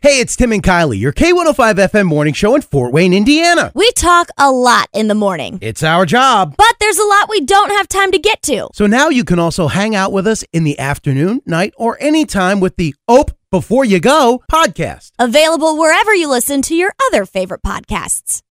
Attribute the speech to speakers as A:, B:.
A: Hey, it's Tim and Kylie, your K105 FM morning show in Fort Wayne, Indiana.
B: We talk a lot in the morning,
A: It's our job.
B: but there's a lot we don't have time to get to.
A: So now you can also hang out with us in the afternoon, night, or anytime with the Ope Before You Go podcast.
B: Available wherever you listen to your other favorite podcasts.